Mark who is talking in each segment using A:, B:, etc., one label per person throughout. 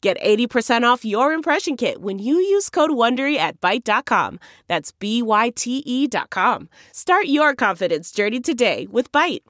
A: Get 80% off your impression kit when you use code WONDERY at Byte.com. That's B-Y-T-E E dot com. Start your confidence journey today with Byte.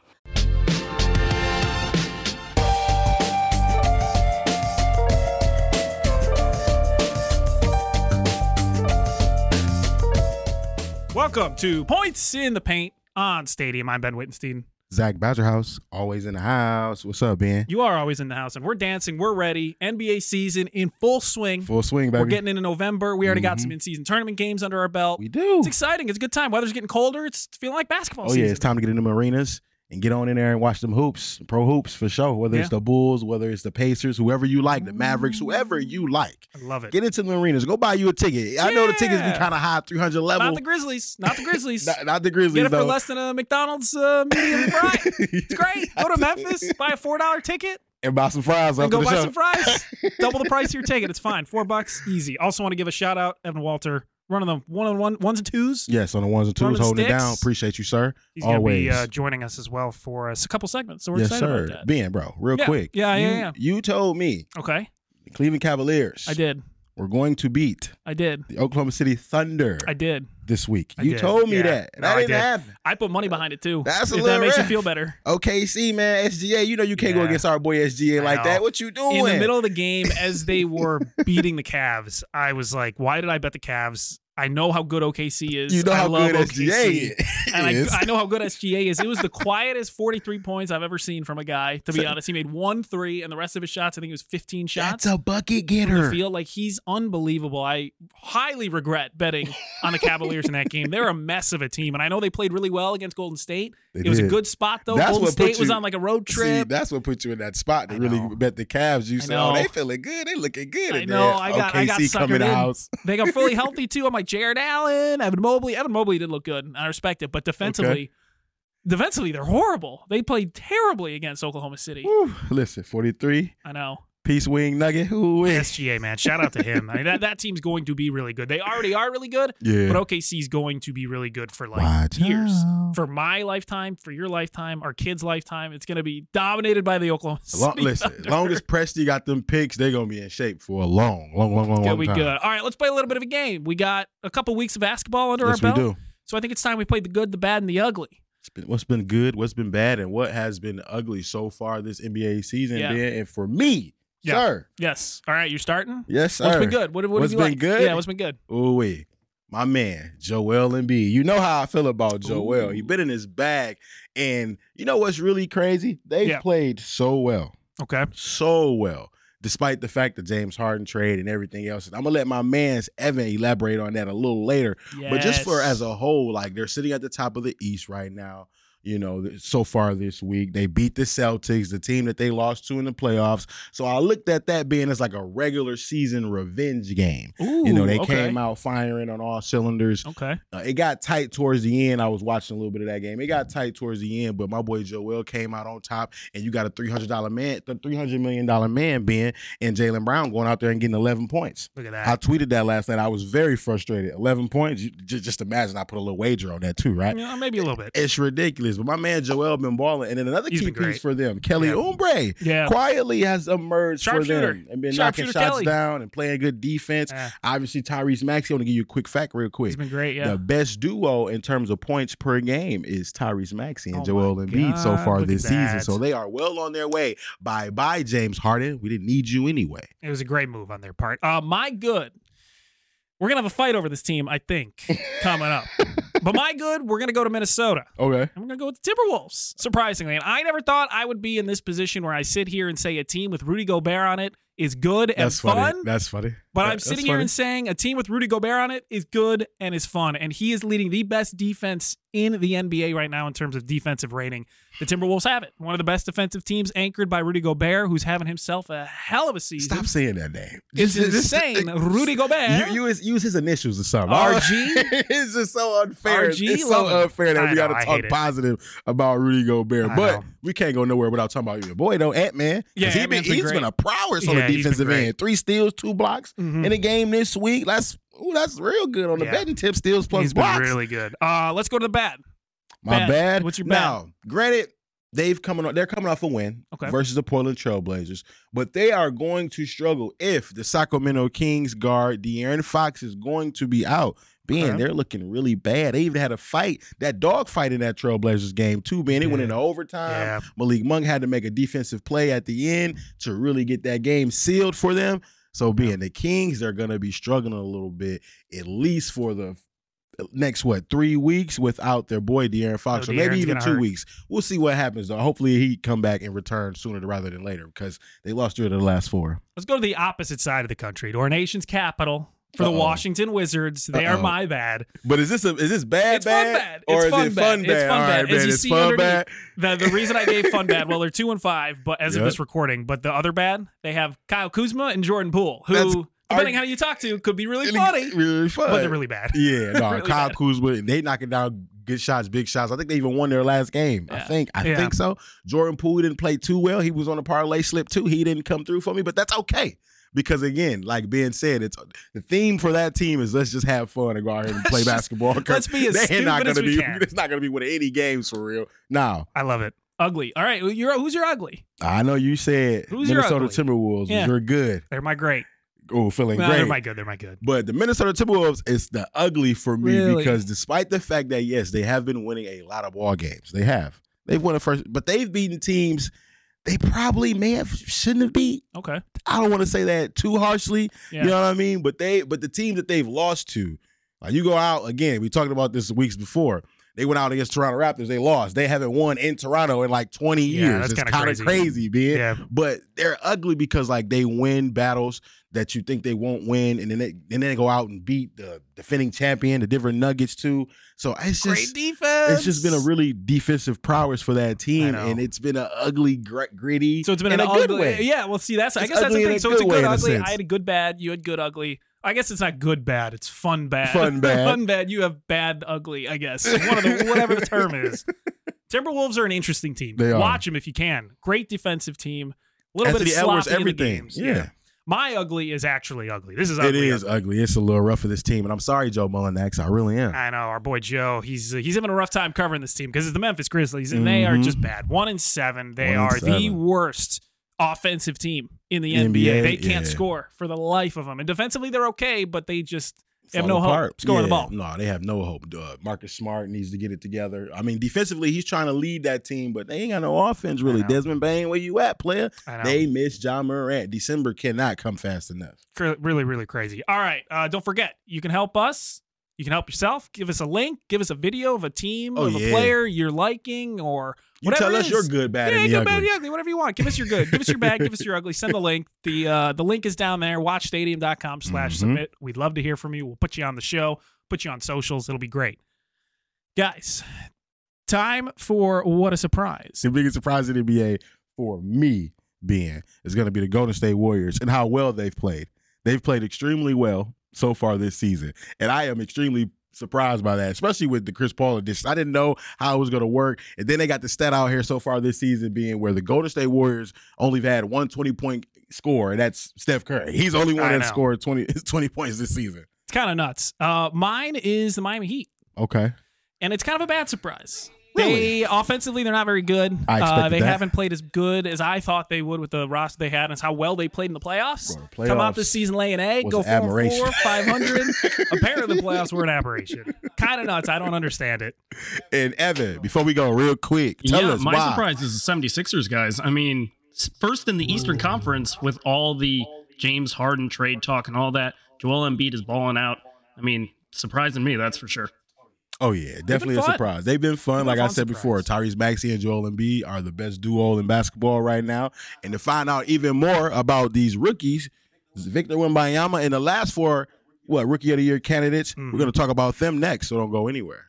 B: Welcome to Points in the Paint on Stadium. I'm Ben Wittenstein.
C: Zach Badgerhouse, always in the house. What's up, Ben?
B: You are always in the house, and we're dancing. We're ready. NBA season in full swing.
C: Full swing, baby. Mm-hmm.
B: We're getting into November. We already got some in-season tournament games under our belt.
C: we do.
B: It's exciting. It's a good time. Weather's getting colder. It's feeling like basketball
C: Oh
B: season.
C: yeah, it's time to get into them arenas and get on in there and watch them hoops, pro hoops for sure. Whether
B: Yeah.
C: it's the Bulls, whether it's the Pacers, whoever you like, the Mavericks, whoever you like,
B: I love it.
C: get into the arenas. Go buy you a ticket. I know the tickets be
B: Yeah.
C: kind of high, three hundred level.
B: Not the Grizzlies. Not the Grizzlies.
C: not, not the Grizzlies
B: Get it for
C: though.
B: less than a McDonald's uh, medium fry. It's great. Go to Memphis, buy a four dollar ticket,
C: and buy some fries.
B: and
C: after
B: go
C: the
B: buy
C: show.
B: some fries. Double the price of your ticket. It's fine. Four bucks, easy. Also, want to give a shout out Evan Walter, running the one on one ones and twos.
C: Yes, on the ones and twos,
B: Lemon
C: holding it down.
B: sticks.
C: Appreciate you, sir.
B: He's
C: Always.
B: gonna be uh, joining us as well for us a couple segments. So we're
C: yes,
B: excited
C: sir.
B: about that.
C: Ben, bro, real
B: Yeah,
C: quick.
B: yeah, yeah,
C: you-
B: yeah.
C: You told me
B: Okay,
C: the Cleveland Cavaliers.
B: I did,
C: We're going to beat
B: I did,
C: the Oklahoma City Thunder
B: I did.
C: this week.
B: I
C: you
B: did.
C: told me
B: Yeah.
C: that.
B: No,
C: That
B: I
C: didn't
B: did.
C: happen.
B: I put money behind it too.
C: That's a
B: if that
C: little
B: makes you
C: rough.
B: feel better.
C: OKC, man, SGA, you know you can't go
B: Yeah.
C: against our boy SGA
B: I
C: like
B: know.
C: that. What you doing?
B: In the middle of the game, as they were beating the Cavs, I was like, "Why did I bet the Cavs? I know how good OKC is.
C: you know
B: I
C: how
B: love
C: good
B: OKC.
C: SGA
B: and
C: is.
B: I, I know how good SGA is. It was the quietest 43 points I've ever seen from a guy. To be
C: So-
B: honest, he made one three, and the rest of his shots, I think it was 15 shots.
C: That's a bucket
B: I
C: getter.
B: feel like he's unbelievable. I highly regret betting on the Cavaliers in that game. They're a mess of a team, and I know they played really well against Golden State.
C: They
B: it was a
C: did.
B: good spot though.
C: That's
B: Golden
C: what put
B: State was
C: you-
B: on like a road
C: See,
B: trip.
C: that's what put you in that spot to
B: I
C: really
B: know.
C: bet the Cavs. You
B: I
C: say, oh,
B: know.
C: they feeling good. They looking good.
B: I
C: in
B: know.
C: there.
B: I got-
C: OKC
B: I got suckered
C: coming
B: in.
C: out.
B: they got fully healthy too. I'm like Jared Allen, Evan Mobley. Evan Mobley did look good, and I respect it. But defensively, defensively, they're horrible. They played terribly against Oklahoma City.
C: Whew. Listen, 43,
B: I know.
C: piece wing nugget. Who is?
B: SGA man, shout out to him. I mean, that that team's going to be really good. They already are really good,
C: Yeah.
B: but OKC's going to be really good for like
C: Watch
B: years.
C: out.
B: for my lifetime, for your lifetime, our kids' lifetime, it's going to be dominated by the Oklahoma
C: Long,
B: City.
C: listen, as long as Presti got them picks, they're gonna be in shape for a long, long, long, long,
B: Gonna
C: long
B: be
C: time.
B: good. All right, let's play a little bit of a game. We got a couple weeks of basketball under
C: Yes,
B: our
C: we
B: belt,
C: do.
B: so I think it's time we played the good, the bad, and the ugly.
C: It's been- what's been good, what's been bad, and what has been ugly so far this NBA season.
B: Yeah.
C: Ben. And for me,
B: Yeah.
C: sir,
B: Yes. All right, you're starting.
C: yes, sir.
B: What's been good? What, what
C: What's
B: have you
C: been
B: liked?
C: good?
B: Yeah, what's been good?
C: Ooh, wee. my man, Joel Embiid. You know how I feel about Joel. He's
B: Ooh.
C: been in his bag, and you know what's really crazy? They've
B: Yeah.
C: played so well,
B: Okay.
C: so well. Despite the fact that James Harden trade and everything else, And I'm gonna let my man's Evan elaborate on that a little later. But just for as a whole, like they're sitting at the top of the East right now. You know, th- so far this week they beat the Celtics, the team that they lost to in the playoffs. So I looked at that being as like a regular season revenge game.
B: Ooh,
C: you know, they
B: okay.
C: came out firing on all cylinders.
B: Okay.
C: Uh, it got tight towards the end. I was watching a little bit of that game. It got tight towards the end, but my boy Joel came out on top, and you got a three hundred dollar man, the three hundred million dollar man, Ben and Jalen Brown going out there and getting eleven points.
B: Look at
C: I
B: that.
C: tweeted that last night. I was very frustrated. 11 points. You, just, just imagine I put a little wager on that too, right?
B: Yeah, maybe a little bit.
C: It's ridiculous. But my man Joel been balling. And then another
B: He's
C: key
B: been
C: piece
B: great.
C: for them, Kelly
B: Yeah.
C: Oubre,
B: Yeah.
C: quietly has emerged for
B: Sharpshooter.
C: them and been knocking
B: Sharpshooter
C: shots
B: Kelly.
C: down and playing good defense.
B: Yeah,
C: Obviously, Tyrese Maxey. I want to give you a quick fact real
B: He's
C: quick.
B: been great. Yeah.
C: The best duo in terms of points per game is Tyrese Maxey and
B: Oh
C: Joel
B: my
C: Embiid so
B: God,
C: far
B: look at
C: this season.
B: that.
C: So they are well on their way. Bye bye, James Harden. We didn't need you anyway.
B: It was a great move on their part. Uh, my good. We're gonna have a fight over this team, I think, coming up. but my good, we're gonna go to Minnesota.
C: Okay.
B: And we're gonna go with the Timberwolves, surprisingly. And I never thought I would be in this position where I sit here and say a team with Rudy Gobert on it is good and
C: That's funny.
B: fun.
C: That's funny.
B: But
C: That-
B: I'm
C: that's
B: sitting here
C: funny.
B: and saying a team with Rudy Gobert on it is good and is fun. And he is leading the best defense in the NBA right now in terms of defensive rating. The Timberwolves have it. One of the best defensive teams anchored by Rudy Gobert, who's having himself a hell of a season.
C: Stop saying that name.
B: Mm-hmm. It's
C: Just- just-
B: insane. Rudy Gobert.
C: You, you is, use his initials or something.
B: RG?
C: it's just so unfair.
B: RG?
C: It's so
B: Love him.
C: unfair that
B: I
C: we
B: know,
C: got
B: I
C: to
B: hate
C: talk
B: it.
C: positive about Rudy Gobert,
B: I
C: but
B: know.
C: we can't go nowhere without talking about your boy though, Ant Man.
B: Yeah,
C: he's been
B: Ant-Man's been
C: he's
B: great.
C: been a prowess on
B: Yeah,
C: the
B: he's been
C: defensive
B: great.
C: end. Three steals, two blocks
B: Mhm.
C: in a game this week. That's ooh, that's real good on the
B: Yeah.
C: betting tip. Steals plus
B: He's been
C: blocks.
B: really good. Uh, let's go to the bad.
C: My
B: Bad.
C: bad.
B: What's your
C: Now, granted, they've coming on, they're coming off a win
B: Okay.
C: versus the Portland Trailblazers, but they are going to struggle if the Sacramento Kings guard De'Aaron Fox is going to be out. Being
B: Okay.
C: they're looking really bad. They even had a fight, that dog fight in that Trailblazers game too. Man, it went
B: Yeah.
C: into overtime. Malik Monk had to make a defensive play at the end to really get that game sealed for them. So being the Kings, they're gonna be struggling a little bit, at least for the next what three weeks without their boy De'Aaron Fox,
B: No,
C: or maybe
B: Oh, De'Aaron's
C: even
B: gonna
C: two
B: hurt.
C: weeks. We'll see what happens though. Hopefully he come back and return sooner rather than later because they lost three of the last four.
B: Let's go to the opposite side of the country, to our nation's capital, for the
C: Uh-oh.
B: Washington Wizards. They are
C: Uh-oh.
B: my bad.
C: But is this a, is this bad
B: It's fun bad. It's fun bad. It's fun
C: All
B: bad.
C: right,
B: As
C: man,
B: you
C: it's
B: see
C: fun
B: underneath-
C: bad.
B: The the reason I gave fun bad, well, they're two and five, but as of
C: Yep.
B: this recording, but the other bad, they have Kyle Kuzma and Jordan Poole, who,
C: That's-
B: depending
C: are-
B: how you talk to, could be really funny,
C: Really fun.
B: but they're really bad.
C: Yeah, no,
B: Really
C: Kyle
B: bad.
C: Kuzma, they knocking down good shots, big shots. I think they even won their last game. I
B: Yeah.
C: think, I
B: Yeah.
C: think so. Jordan Poole didn't play too well. He was on a parlay slip too. He didn't come through for me, but that's okay because again, like Ben said, it's the theme for that team is let's just have fun and go out here and play
B: Let's just-
C: basketball. 'cause
B: let's be as
C: they're not
B: stupid as
C: gonna
B: we
C: be.
B: can.
C: It's not going to be one of any games for real. Now,
B: I love it. Ugly. All right, you're who's your ugly?
C: I know you said
B: Who's your
C: Minnesota
B: ugly?
C: Timberwolves.
B: Yeah.
C: You're good.
B: They're my great.
C: Oh, feeling
B: No,
C: great.
B: they're my good. They're my good.
C: But the Minnesota Timberwolves is the ugly for me
B: Really?
C: because despite the fact that yes, they have been winning a lot of ball games. They have. They've won a first, but they've beaten teams they probably may have shouldn't have beat.
B: Okay.
C: I don't want to say that too harshly.
B: Yeah.
C: You know what I mean? But they but the team that they've lost to, like you go out again, we talked about this weeks before. They went out against Toronto Raptors. They lost. They haven't won in Toronto in like 20
B: Yeah,
C: years.
B: that's
C: it's
B: kinda
C: kind of
B: crazy.
C: crazy, man
B: Yeah.
C: but they're ugly because like they win battles that you think they won't win, and then they, and then they go out and beat the defending champion, the Denver Nuggets too. So it's
B: Great
C: just
B: defense.
C: it's just been a really defensive prowess for that team,
B: know.
C: and it's been an ugly, gr- gritty.
B: So it's been
C: in
B: an
C: a good
B: ugly,
C: way.
B: Yeah, well, see, that's I
C: It's
B: guess that's the
C: ugly in
B: thing.
C: a
B: So it's a
C: good way,
B: good
C: in a
B: ugly.
C: sense.
B: I had a good bad. You had good ugly. I guess it's not good bad. It's fun bad.
C: Fun bad.
B: fun bad. You have bad ugly. I guess one of the whatever the term is. Timberwolves are an interesting team.
C: They are.
B: Watch them if you can. Great defensive team. A little
C: Anthony
B: bit of
C: Edwards,
B: sloppy in the
C: everything.
B: games.
C: yeah.
B: My ugly is actually ugly. This is
C: it
B: ugly.
C: is ugly. It's a little rough for this team, and I'm sorry, Joe Mullinax. I really am.
B: I know our boy Joe. He's uh, he's having a rough time covering this team because it's the Memphis Grizzlies and they are
C: Mhm.
B: just bad. One in seven. They
C: One in
B: are the
C: seven.
B: worst offensive team in the NBA.
C: NBA,
B: they can't
C: yeah.
B: score for the life of them. And defensively, they're okay, but they just They have no
C: Fall
B: hope.
C: apart.
B: Scoring the
C: Yeah,
B: ball.
C: No, they have no hope. Uh, Marcus Smart needs to get it together. I mean, defensively, he's trying to lead that team, but they ain't got no offense really.
B: know.
C: Desmond Bain, where you at, player?
B: I know,
C: They miss John Morant. December cannot come fast enough.
B: Cr- really really crazy. All right, uh, don't forget you can help us. You can help yourself. Give us a link. Give us a video of a team
C: Oh,
B: of a
C: yeah.
B: player you're liking or
C: You
B: Whatever
C: tell
B: it
C: us
B: is.
C: you're good, bad,
B: yeah,
C: and the
B: good,
C: ugly.
B: bad, ugly, whatever you want. Give us your good. Give us your bad. give us your ugly. Send the link. The uh, the link is down there. Watchstadium.com slash
C: Mhm.
B: submit. We'd love to hear from you. We'll put you on the show, put you on socials. It'll be great. Guys, time for what a surprise.
C: The biggest surprise in the NBA for me being is going to be the Golden State Warriors and how well they've played. They've played extremely well so far this season, and I am extremely surprised by that, especially with the Chris Paul addition. I didn't know how it was going to work, and then they got the stat out here so far this season being where the Golden State Warriors only have had one 20 point score, and that's Steph Curry. He's the only one
B: I
C: that
B: know.
C: scored 20, 20 points this season.
B: It's kind of nuts. Uh, mine is the Miami Heat,
C: Okay.
B: and it's kind of a bad surprise.
C: Really?
B: They offensively, they're not very good.
C: I
B: uh,
C: expected
B: they
C: that.
B: haven't played as good as I thought they would with the roster they had, and it's how well they played in the playoffs.
C: Bro,
B: Come out
C: playoffs
B: this season, lay an egg,
C: was
B: go
C: an
B: four, and
C: aberration.
B: four, five hundred. Apparently, the playoffs were an aberration. Kind of nuts. I don't understand it.
C: And Evan, before we go, real quick, tell
D: yeah,
C: us
D: my
C: why.
D: surprise is the 76ers guys. I mean, s- first in the Eastern Conference with all the James Harden trade talk and all that. Joel Embiid is balling out. I mean, surprising me, that's for sure.
C: Oh yeah, definitely a
B: fun.
C: surprise. They've been fun.
B: They've been
C: like
B: a
C: I
B: fun
C: said before, Tyrese Maxey and Joel Embiid are the best duo in basketball right now. And to find out even more about these rookies, Victor Wimbayama and the last four what rookie of the year candidates,
B: Mm-hmm.
C: we're going to talk about them next. So don't go anywhere.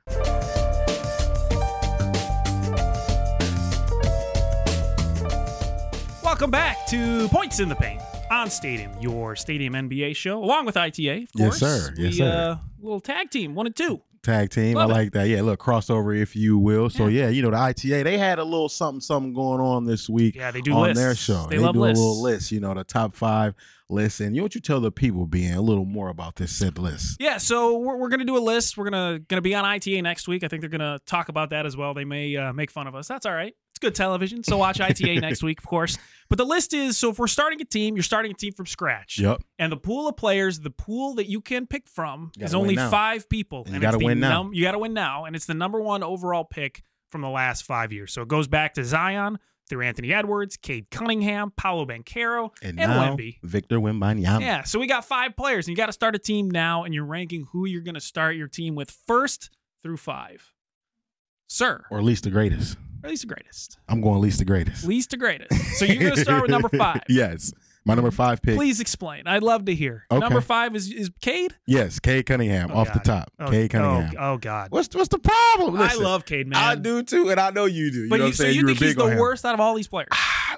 B: Welcome back to Points in the Paint on Stadium, your Stadium NBA show, along with ITA, of
C: Yes,
B: course.
C: sir. Yes,
B: we, Uh,
C: sir.
B: little tag team, one and two.
C: Tag team,
B: Love
C: I
B: it.
C: like that. Yeah, look crossover if you will. So yeah. you know the ITA they had a little something something going on this week.
B: Yeah, they do
C: on
B: lists.
C: their show.
B: They, love
C: do
B: lists.
C: a little list, you know, the top five list. And you know what you tell the people being a little more about this said list.
B: Yeah, so we're, we're gonna do a list. We're gonna gonna be on ITA next week. I think they're gonna talk about that as well. They may uh, make fun of us. That's all right. It's good television. So watch ITA next week, of course. But the list is so if we're starting a team, you're starting a team from scratch.
C: Yep.
B: And the pool of players, the pool that you can pick from
C: You gotta
B: is only
C: win now.
B: five people.
C: And you
B: it's
C: gotta
B: the
C: win now.
B: num- you gotta win now. And it's the number one overall pick from the last five years. So it goes back to Zion through Anthony Edwards, Cade Cunningham, Paolo Banquero,
C: And
B: and,
C: now
B: Wemby.
C: Victor Wimbanyama.
B: Yeah, so we got five players, and you got to start a team now, and you're ranking who you're going to start your team with first through five. Sir, or
C: Or at least the greatest.
B: at least the greatest.
C: I'm going at least the greatest.
B: Least to greatest. So you're going to start with number five.
C: yes. My number five pick.
B: Please explain. I'd love to hear.
C: Okay.
B: Number five is, is Cade?
C: Yes, Kay Cunningham
B: Oh,
C: off the
B: God.
C: top. Kay Cunningham.
B: Oh, oh, God.
C: What's what's the problem?
B: I
C: Listen,
B: love Cade, man.
C: I do too, and I know you do. You
B: But
C: know
B: you,
C: what I'm
B: so
C: saying?
B: you
C: were
B: think he's
C: big on
B: the
C: him.
B: worst out of all these players?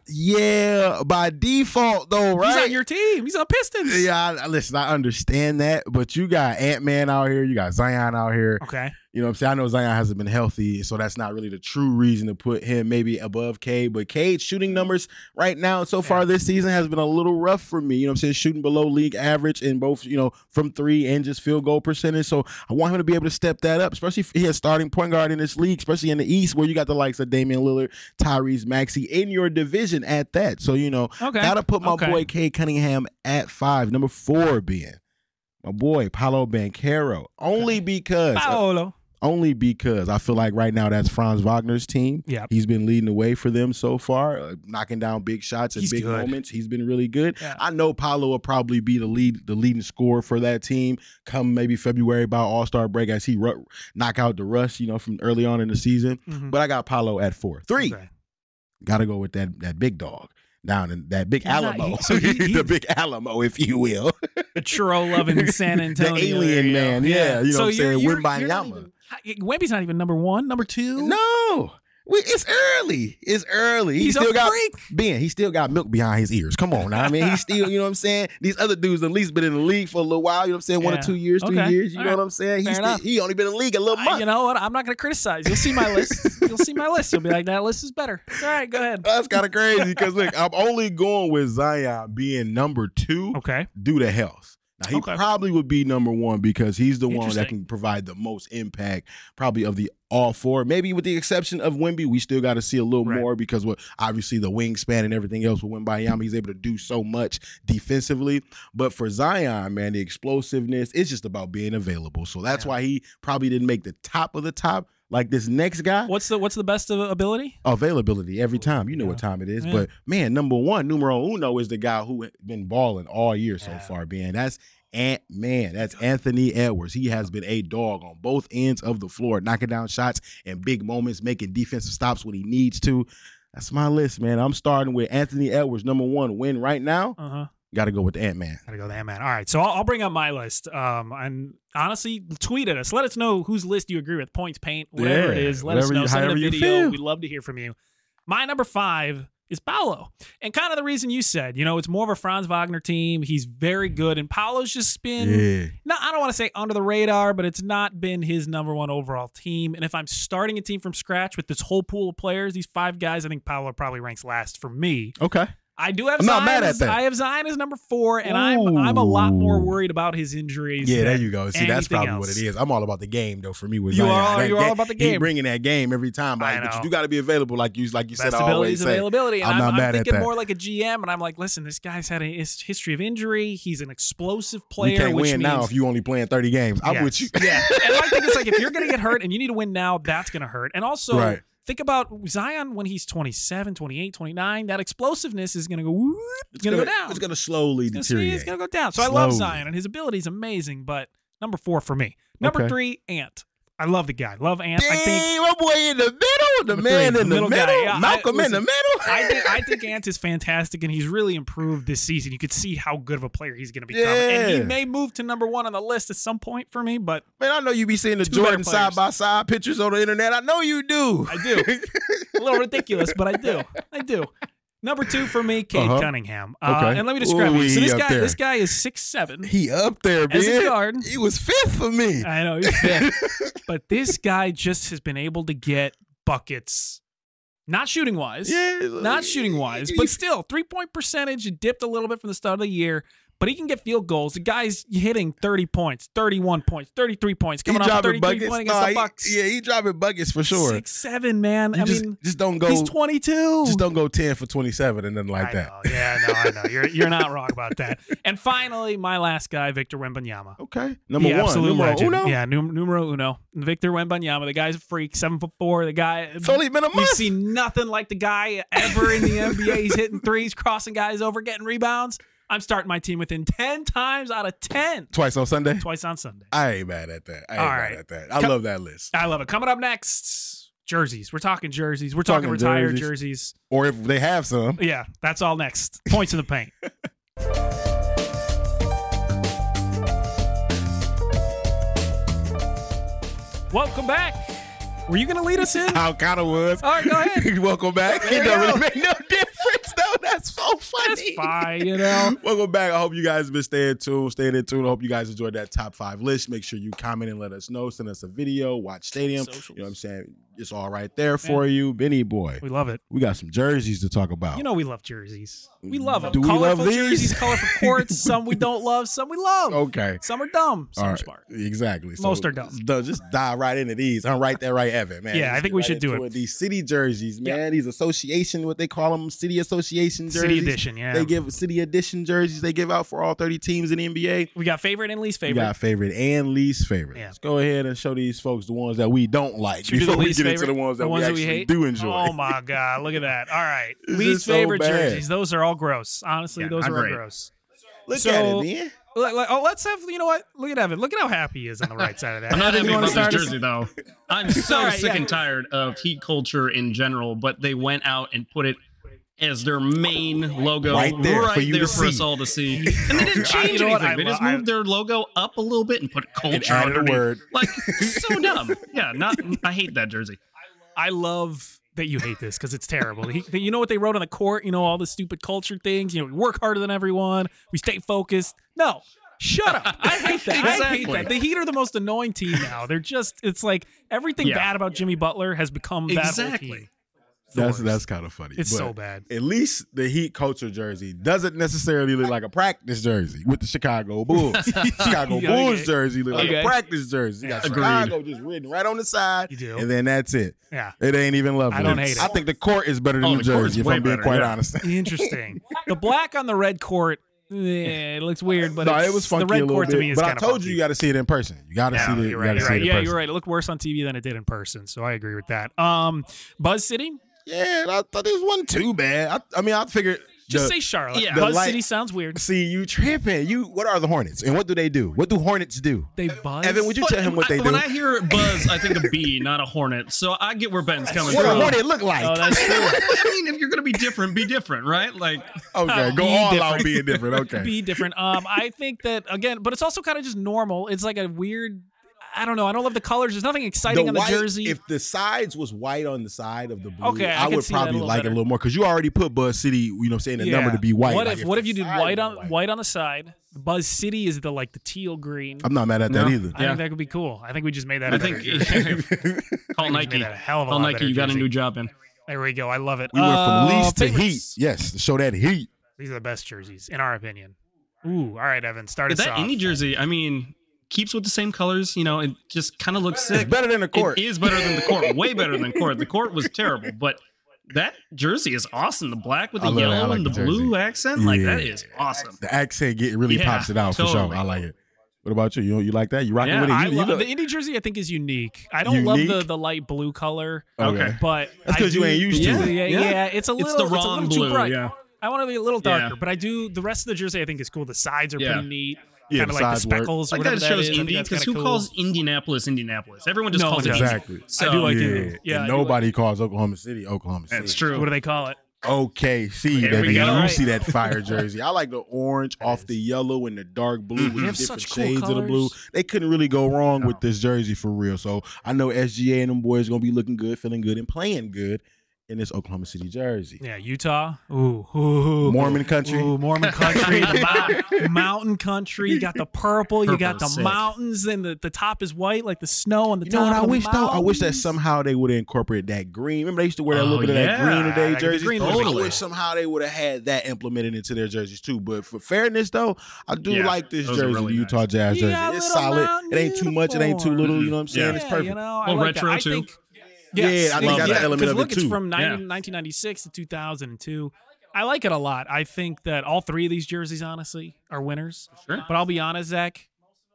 C: Yeah, by default though, right?
B: He's on your team. He's on the Pistons.
C: Yeah, I, I- listen, I understand that, but you got Ant Man out here, you got Zion out here.
B: Okay.
C: You know what I'm saying? I know Zion hasn't been healthy, so that's not really the true reason to put him maybe above Cade. But Cade's shooting numbers right now so far
B: Yeah.
C: this season has been a little rough for me. You know what I'm saying? Shooting below league average in both, you know, from three and just field goal percentage. So I want him to be able to step that up, especially if he has starting point guard in this league, especially in the East where you got the likes of Damian Lillard, Tyrese Maxey in your division at that. So, you know,
B: Okay.
C: Gotta put my
B: Okay.
C: boy K Cunningham at five. Number four being my boy Paolo Banquero. Only because
B: Paolo.
C: only because I feel like right now that's Franz Wagner's team.
B: Yep.
C: He's been leading the way for them so far, uh, knocking down big shots at
B: He's
C: big
B: good.
C: moments. He's been really good.
B: Yeah.
C: I know Paolo will probably be the lead, the leading scorer for that team come maybe February by All Star break as he ru- knock out the rust, you know, from early on in the season.
B: Mhm.
C: But I got Paolo at four, three.
B: Okay.
C: Got to go with that that big dog down in that big
B: He's not-
C: Alamo,
B: he- so he- he-
C: the big Alamo, if you will.
B: The churro loving San Antonio.
C: alien
B: area.
C: man, yeah, you know
B: so
C: what I'm
B: you're-
C: saying?
B: you're-
C: Wimbayama.
B: you're not even- Wemby's not even number one, number two.
C: no, we, it's early. It's early.
B: he's
C: he still
B: a
C: got
B: freak.
C: Ben. He still got milk behind his ears. Come on, now. I mean, he's still. You know what I'm saying? These other dudes at least been in the league for a little while. You know what I'm saying? One
B: Yeah.
C: or two years, three
B: Okay.
C: years. You
B: All
C: know
B: right.
C: what I'm saying? He's
B: Fair
C: still,
B: enough.
C: he only been in the league a little
B: I-
C: month.
B: you know what? I'm not going to criticize. You'll see my list. You'll see my list. You'll be like, that list is better. It's all right. Go ahead.
C: That's kind of crazy because look, I'm only going with Zion being number two.
B: Okay.
C: due to health. Now he
B: Okay.
C: probably would be number one because he's the one that
B: Interesting.
C: can provide the most impact, probably of the all four. Maybe with the exception of Wimby, we still got to see a little
B: Right.
C: more because what obviously the wingspan and everything else with Wimbayama, he's able to do so much defensively. But for Zion, man, the explosiveness, it's just about being available. So that's
B: Yeah.
C: why he probably didn't make the top of the top. Like this next guy,
B: What's the What's the best of ability?
C: availability every time. You know what time it is.
B: Yeah.
C: But man, number one, numero uno is the guy who been balling all year so
B: Yeah.
C: far, being that's Ant Man. That's Anthony Edwards. He has been a dog on both ends of the floor, knocking down shots in big moments, making defensive stops when he needs to. That's my list, man. I'm starting with Anthony Edwards, number one win right now.
B: Uh huh.
C: Gotta go with Ant Man.
B: Gotta go that man. All right. So I'll, I'll bring up my list. Um, and honestly, tweet at us. Let us know whose list you agree with. Points, paint, whatever it
C: Yeah,
B: is. Let us
C: whatever
B: know.
C: you-
B: Send in
C: however
B: a
C: you
B: video.
C: feel.
B: We'd love to hear from you. My number five is Paolo. And kind of the reason you said, you know, it's more of a Franz Wagner team. He's very good. And Paolo's just been.
C: Yeah.
B: no, I don't want to say under the radar, but it's not been his number one overall team. And if I'm starting a team from scratch with this whole pool of players, these five guys, I think Paolo probably ranks last for me.
C: Okay.
B: I do have
C: I'm not
B: Zion
C: mad at
B: as-
C: that.
B: I have Zion as number four, and I'm I'm a lot more worried about his injuries.
C: Yeah, there
B: than-
C: you go. See, that's
B: anything
C: probably what
B: else.
C: it is. I'm all about the game though. For me, with
B: You
C: Zion.
B: are all-
C: That
B: you're all
C: ga-
B: about the
C: He
B: game.
C: bringing that game every time.
B: I
C: Like, but
B: know.
C: you do got to be available, like you like you said.
B: Best
C: I
B: ability is
C: always say.
B: availability, and
C: I'm
B: I'm,
C: not
B: I'm
C: mad at
B: thinking
C: that.
B: more like a GM, and I'm like, listen, this guy's had a his- history of injury. He's an explosive player,
C: we can't
B: which
C: win
B: means
C: now if you only playing 30 games. I'm
B: Yes.
C: with you.
B: yeah. And my thing is like if you're gonna get hurt and you need to win now, that's gonna hurt. And also
C: Right.
B: think about Zion when he's 27, 28, 29, that explosiveness is gonna go whoop, it's gonna, go down.
C: It's gonna slowly
B: It's gonna-
C: deteriorate.
B: it's gonna go down. So I love
C: Slowly.
B: Zion and his ability is amazing, but number four for me. Number
C: Okay.
B: three, Ant. I love the guy. Love Ant. I think
C: Dang, my boy in the middle, the
B: Number
C: man
B: three,
C: in
B: the
C: the middle,
B: middle guy. Yeah, I-
C: Malcolm in
B: listen,
C: the middle.
B: I think I think Ant is fantastic, and he's really improved this season. You could see how good of a player he's going to become, and he
C: Yeah.
B: may move to number one on the list at some point for me. But
C: Man, I know you be seeing the
B: Two better
C: Jordan
B: players.
C: side by side pictures on the internet. I know you do.
B: I do a little ridiculous, but I do, I do. Number two for me, Cade
C: Uh-huh.
B: Cunningham. Uh,
C: Okay.
B: And let me describe him. So
C: Ooh, he
B: this
C: up
B: guy,
C: there.
B: this guy is six seven
C: he up there,
B: as a
C: man.
B: guard.
C: He was fifth for me.
B: I know he's bad. but this guy just has been able to get buckets, not shooting wise,
C: Yeah, like-
B: not shooting wise,
C: he-
B: but still three point percentage dipped a little bit from the start of the year. But he can get field goals. The guy's hitting thirty points, thirty-one points, thirty-three points,
C: he
B: coming off
C: dropping
B: thirty-three
C: buckets.
B: point against
C: Nah,
B: the
C: he-
B: Bucks.
C: yeah, he dropping buckets for sure.
B: Six seven, man.
C: You
B: I
C: just,
B: mean,
C: just don't go.
B: he's twenty-two.
C: Just don't go ten for twenty seven and nothing like
B: I
C: that.
B: know. Yeah, no, I know. You're you're not wrong about that. And finally, my last guy, Victor Wembanyama.
C: Okay, number
B: yeah,
C: one,
B: absolute
C: numero
B: legend.
C: uno.
B: Yeah, num- numero uno. Victor Wembanyama, the guy's a freak, seven foot four. The guy,
C: It's only been a
B: we've
C: month.
B: seen nothing like the guy ever in the NBA. He's hitting threes, crossing guys over, getting rebounds. I'm starting my team within ten times out of ten,
C: Twice on Sunday.
B: twice on Sunday.
C: I ain't mad at that. I ain't
B: All
C: mad
B: right.
C: at that. I
B: Come-
C: love that list.
B: I love it. Coming up next, jerseys. We're talking jerseys. We're talking,
C: Talking
B: retired jerseys.
C: jerseys. Or if they have some.
B: Yeah, that's all next. Points in the paint. Welcome back. Were you going to lead us in?
C: How kind of was.
B: All right, go ahead.
C: Welcome back.
B: There
C: It
B: you
C: don't
B: go.
C: really make no difference, though. That's so funny.
B: That's fine, you know.
C: Welcome back. I hope you guys have been staying tuned, staying in tuned. I hope you guys enjoyed that top five list. Make sure you comment and let us know. Send us a video, watch Stadium. You know what I'm saying? It's all right there for you. Benny boy.
B: We love it.
C: We got some jerseys to talk about.
B: You know we love jerseys. We love them.
C: Do we
B: colorful
C: love these?
B: jerseys, colorful courts. Some we don't love, some we love.
C: okay.
B: Some are dumb, some
C: All
B: are
C: right.
B: smart.
C: Exactly.
B: Most are dumb.
C: Just, just dive right into these. I'm right there, right, Evan, man.
B: Yeah, I
C: Let's
B: think
C: get
B: we
C: right
B: should do
C: into
B: it.
C: These city jerseys,
B: Yeah.
C: man. These association, what they call them, city association jerseys.
B: City edition, yeah.
C: They give city edition jerseys they give out for all 30 teams in the NBA.
B: we got favorite and least
C: We
B: favorite.
C: got favorite and least favorite.
B: Yeah.
C: Let's go ahead and show these folks the ones that we don't like
B: Should we do the
C: before we
B: least
C: get
B: favorite?
C: into the ones that
B: the ones
C: we
B: that
C: actually
B: we hate.
C: do enjoy.
B: Oh my god, look at that! All right,
C: This is
B: least
C: so
B: favorite
C: bad.
B: jerseys. Those are all gross. Honestly,
D: Yeah,
B: those
D: not
B: are all
D: great.
B: gross.
C: Look
B: So-
C: at it, man.
B: Like, like, oh, let's have you know what? Look at Evan. Look at how happy he is on the right side of that.
D: I'm not
B: Evan,
D: happy
B: you wanna
D: about
B: start
D: this
B: us?
D: jersey though. I'm so
B: All right,
D: sick
B: yeah.
D: and tired of heat culture in general, but they went out and put it as their main logo
C: Right there for you
D: there
C: to
D: for us
C: see.
D: all to see. And they didn't
B: I- you
D: change
B: know what?
D: anything.
B: I
D: they just
B: lo- I-
D: moved their logo up a little bit and put culture
C: added a
D: underneath.
C: word.
D: Like so dumb. Yeah, not I hate that jersey.
B: I love that you hate this because it's terrible. He, you know what they wrote on the court? You know all the stupid culture things. You know we work harder than everyone. We stay focused. No, shut up. I hate that. I hate
D: Exactly.
B: that. The Heat are the most annoying team now. They're just. It's like everything
D: Yeah.
B: bad about Jimmy Butler has become that. whole
D: Exactly.
B: team. It's the
C: That's
B: worst.
C: that's kind of funny.
B: It's
C: but
B: so bad.
C: At least the Heat culture jersey doesn't necessarily look like a practice jersey with the Chicago Bulls. Chicago
B: Okay.
C: Bulls jersey look like
B: Okay.
C: a practice jersey. You got
D: Agreed.
C: Chicago just written right on the side,
B: You do.
C: and then that's it.
B: Yeah.
C: It ain't even lovely.
B: I don't hate it.
C: I think the court is better than
D: Oh,
C: the
D: the court's
C: jersey. If
D: way
C: I'm being
D: better,
C: quite
D: yeah.
C: honest.
B: Interesting. the black on the red court, eh, it looks weird, but
C: no,
B: it's,
C: it was funky
B: the red
C: a little
B: court
C: bit.
B: to me is
C: but I
B: kind
C: told
B: of
C: you, you got to see it in person. You got to
B: Yeah,
C: see it.
B: you're
C: you
B: right.
C: gotta
B: You're
C: see
B: right.
C: it in
B: Yeah,
C: person.
B: you're right. It looked worse on TV than it did in person, so I agree with that. Um, Buzz City,
C: Yeah, and I thought this wasn't too bad. I, I mean, I figured.
B: just
C: the-
B: say Charlotte.
D: yeah,
B: Buzz
C: the light-
B: City sounds weird.
C: See you tripping. You what are the Hornets and what do they do? What do Hornets do?
B: They buzz.
C: Evan, would you tell him what they
D: I,
C: do?
D: when I hear buzz, I think a bee, not a hornet. So I get where Ben's coming
C: what a
D: from.
C: Hornet look like?
B: Oh, that's true.
D: I mean, if you're gonna be different, be different, right? Like
C: Okay, go
B: Be
C: all
B: different.
C: out being different. Okay.
B: Be different. Um, I think that again, but it's also kind of just normal. It's like a weird. I don't know. I don't love the colors. There's nothing exciting on the
C: white-
B: jersey.
C: If the sides was white on the side of the blue,
B: Okay, I
C: I,
B: can
C: would
B: see that a
C: probably
B: little
C: like it
B: better.
C: a little more because you already put Buzz City, you know, what I'm saying the number to be white.
B: What
C: Like,
B: if, what
C: the
B: if you did
C: side
B: white
C: was
B: on white on the side? Buzz City is the like the teal green.
C: I'm not mad at that
D: No.
C: either.
B: I
D: Yeah.
B: think that could be cool. I think we just made that.
D: I
B: a better
D: think
B: jersey.
D: call
B: I think we
D: Nike.
B: made that a hell of a
D: Call
B: lot
D: Nike,
B: better
D: you got a
B: jersey.
D: new job in.
B: There we go. I love it.
C: We went from
B: Uh,
C: least to heat.
B: favorites.
C: Yes, to show that heat.
B: These are the best jerseys, in our opinion. Ooh, all right, Evan, start
D: Is
B: us
D: that
B: off.
D: any jersey? I mean, keeps with the same colors. You know, it just kind of looks
C: It's
D: sick.
C: better than the court.
D: It is better than the court. Way better than court. The court was terrible, but that jersey is awesome. The black with
C: I
D: the
C: love it. I
D: yellow
C: like
D: and
C: the
D: the, blue
C: jersey.
D: accent, like that
C: Yeah.
D: is awesome.
C: The accent get really
D: Yeah,
C: pops it out for
D: totally.
C: sure. I like it. What about you? You you like that? You rocking
D: Yeah,
C: with it? You,
B: I
C: you
B: love
C: look-
B: the indie jersey. I think is unique. I don't love the
C: Unique?
B: the light blue color,
D: Okay.
B: but
C: That's
B: I
C: 'cause you
B: do-
C: ain't used
D: to
B: yeah,
D: it.
B: Yeah, yeah,
D: Yeah.
B: It's a little,
D: it's the
B: a
D: wrong
B: little too
D: blue.
B: bright.
D: Yeah.
B: I want to be a little darker,
D: Yeah.
B: but I do. The rest of the jersey, I think, is cool. The sides are
D: Yeah.
B: pretty neat.
C: Yeah,
B: kind of
C: the
B: like the
C: size work.
B: speckles. or
D: Like
B: whatever
D: that shows
B: is. I think
D: indie
B: that's
D: because
B: kinda
D: who
B: cool.
D: calls Indianapolis Indianapolis? Everyone just
B: No
D: calls it
B: one does.
D: Indy.
C: Exactly.
D: So,
B: I do like
C: yeah.
B: Indians. Yeah,
C: and
B: I do like-
C: nobody calls Oklahoma City Oklahoma City.
D: That's true.
B: What do they call it?
C: Okay, see
D: There we
C: baby, you
D: go.
C: see that fire jersey. I like the orange off the yellow and the dark blue
D: Mhm.
C: with
B: Mm-hmm. They
C: the
B: have
C: different
B: such cool
C: shades of the blue.
B: colors.
C: They couldn't really go wrong
D: No.
C: with this jersey for real. So I know SGA and them boys gonna be looking good, feeling good, and playing good in this Oklahoma City jersey.
B: Yeah, Utah. Ooh, ooh, ooh.
C: Mormon country.
B: Ooh, Mormon country, the mou- mountain country. You got the purple, you got the
D: Purple's sick.
B: mountains, and the, the top is white, like the snow on the
C: You
B: top.
C: know what
B: of
C: I
B: the
C: wish though? I wish that
B: mountains.
C: somehow they would have incorporated that green. Remember they used to wear that
D: Oh,
C: little bit of that
D: yeah,
C: green today
B: like the
C: jerseys.
B: green
C: I
D: totally.
C: wish somehow they would have had that implemented into their jerseys too. But for fairness though, I do
D: Yeah,
C: like this
D: those are
C: jersey,
D: really
C: the Utah
D: nice.
C: Jazz jersey.
B: Yeah,
C: it's
B: little
C: solid.
B: mountain
C: It ain't too much. It ain't too little. You know what I'm saying?
D: Yeah.
C: It's perfect.
B: You know, I
D: Well,
B: like
D: retro,
B: that. I
D: too.
B: think-
C: Yeah, I
B: yes,
C: think
B: love
C: that's
B: that.
C: an element
B: 'Cause
C: of it,
B: look, it's
C: too.
B: from 90,
D: Yeah.
B: 1996 to 2002. I like it a lot. I think that all three of these jerseys, honestly, are winners.
D: Sure.
B: But I'll be honest, Zach,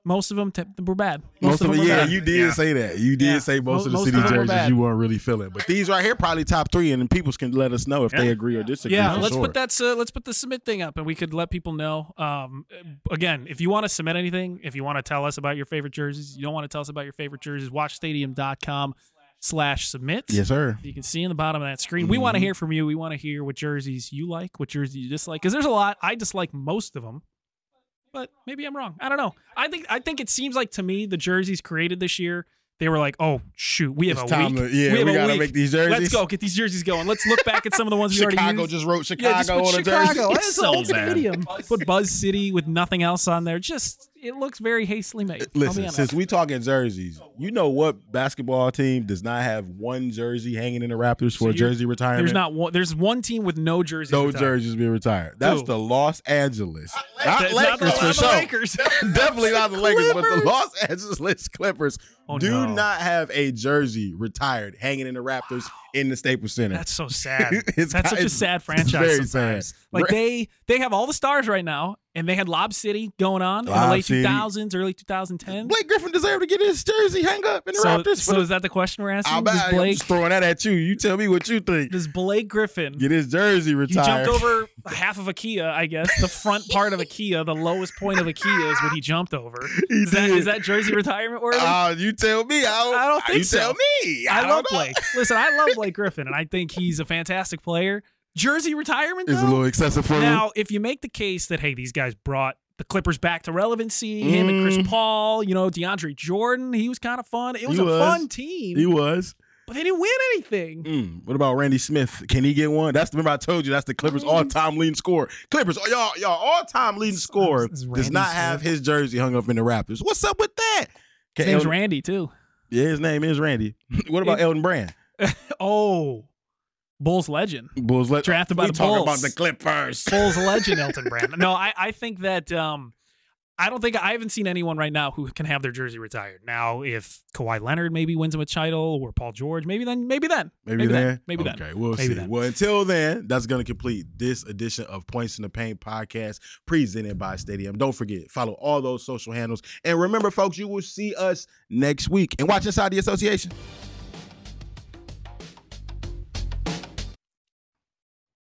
B: most of them t- were bad.
C: Most, of them,
B: were
C: yeah,
B: bad.
C: you did
D: Yeah.
C: say that. You did
B: Yeah.
C: say
B: Most-
C: most, of the
B: most
C: city
B: of them were
C: jerseys
B: bad.
C: you weren't really feeling, but these right here probably top three, and then people can let us know if they
D: Yeah.
C: agree or disagree.
B: Yeah,
C: for
B: let's
C: sure.
B: put that. Uh, let's put the submit thing up, and we could let people know. Um, again, if you want to submit anything, if you want to tell us about your favorite jerseys, you don't want to tell us about your favorite jerseys, watchstadium.com slash submit.
C: Yes, sir.
B: You can see in the bottom of that screen. We want to
C: Mhm.
B: hear from you. We want to hear what jerseys you like, what jerseys you dislike. Because there's a lot. I dislike most of them, but maybe I'm wrong. I don't know. I think I think it seems like to me the jerseys created this year. They were like, oh shoot, we have
C: It's
B: a
C: time
B: week.
C: to- yeah,
B: we have
C: we
B: a
C: gotta
B: week.
C: make these jerseys.
B: Let's go get these jerseys going. Let's look back at some of the ones we already
C: Chicago
B: used.
C: just wrote
B: Yeah, just
C: Chicago
B: put
C: on a
B: Chicago.
C: jersey.
B: That's
D: So
B: the whole
D: bad.
B: stadium. Put Buzz City with nothing else on there. Just it looks very hastily made. I'll be
C: Listen,
B: honest.
C: since we talking jerseys, you know what basketball team does not have one jersey hanging in the Raptors for
B: So
C: a
B: you're-
C: jersey retirement?
B: there's not one. There's one team with no jerseys.
C: no
B: retired.
C: jerseys being retired. That's
B: Who?
C: the Los Angeles,
B: The-
C: not
B: not the-
C: Lakers for
B: not the
C: sure.
B: Lakers.
C: Definitely not the Lakers, but the
B: Clippers.
C: Los Angeles Clippers
B: Oh,
C: do
B: no.
C: not have a jersey retired hanging in the Raptors in the Staples Center.
B: That's so sad.
C: It's
B: That's
C: ki-
B: such a
C: it's-
B: sad
C: it's
B: franchise.
C: very
B: sometimes.
C: sad.
B: Like
C: Re-
B: they they have all the stars right now, and they had Lob City going on in the
C: Lob
B: late
C: City.
B: two thousands, early two thousand ten.
C: Blake Griffin deserved to get his jersey hung up in the
B: So,
C: Raptors.
B: so
C: for
B: is that the question we're
C: the,
B: asking?
C: I'm,
B: Does
C: I'm
B: Blake
C: just throwing that at you. You tell me what you think.
B: does Blake Griffin?
C: Get his jersey
B: you
C: retired.
B: jumped over half of a Kia, I guess. The front part of a Kia, the lowest point of a Kia is what he jumped over.
C: He
B: Is that,
C: did.
B: is that jersey retirement worthy?
C: Uh, you tell me. I don't,
B: I don't think
C: you
B: so.
C: tell me.
B: I,
C: don't
B: love
C: know.
B: Blake. Listen, I love Blake Griffin, and I think he's a fantastic player. Jersey retirement though?
C: It's a little excessive for him.
B: Now, if you make the case that hey, these guys brought the Clippers back to relevancy, him and Chris Paul, you know DeAndre Jordan, he was kind of fun. It was
C: Mm. He
B: a
C: was.
B: fun team,
C: He was.
B: but they didn't win anything.
C: Mm, what about Randy Smith? Can he get one? That's remember I told you that's the Clippers all-time leading scorer. Clippers, y'all, y'all all-time leading scorer
B: It's
C: does
B: Randy
C: not
B: Smith.
C: have his jersey hung up in the Raptors. What's up with that?
B: His
C: Can
B: name's
C: Elton-
B: Randy too.
C: Yeah, his name is Randy. what about
B: It-
C: Elton Brand?
B: Oh, Bulls legend,
C: Bulls let
B: drafted by
C: we
B: the
C: talking
B: Bulls.
C: about the Clippers.
B: Bulls legend Elton Brand. No, I, I think that um, I don't think I haven't seen anyone right now who can have their jersey retired. Now, if Kawhi Leonard maybe wins him a title or Paul George, maybe then, maybe then,
C: Maybe, then.
B: maybe then.
C: Okay, we'll
B: Maybe
C: see.
B: then.
C: Well, until then, that's going to complete this edition of Points in the Paint podcast presented by Stadium. Don't forget, follow all those social handles. And remember, folks, you will see us next week. And watch Inside the Association.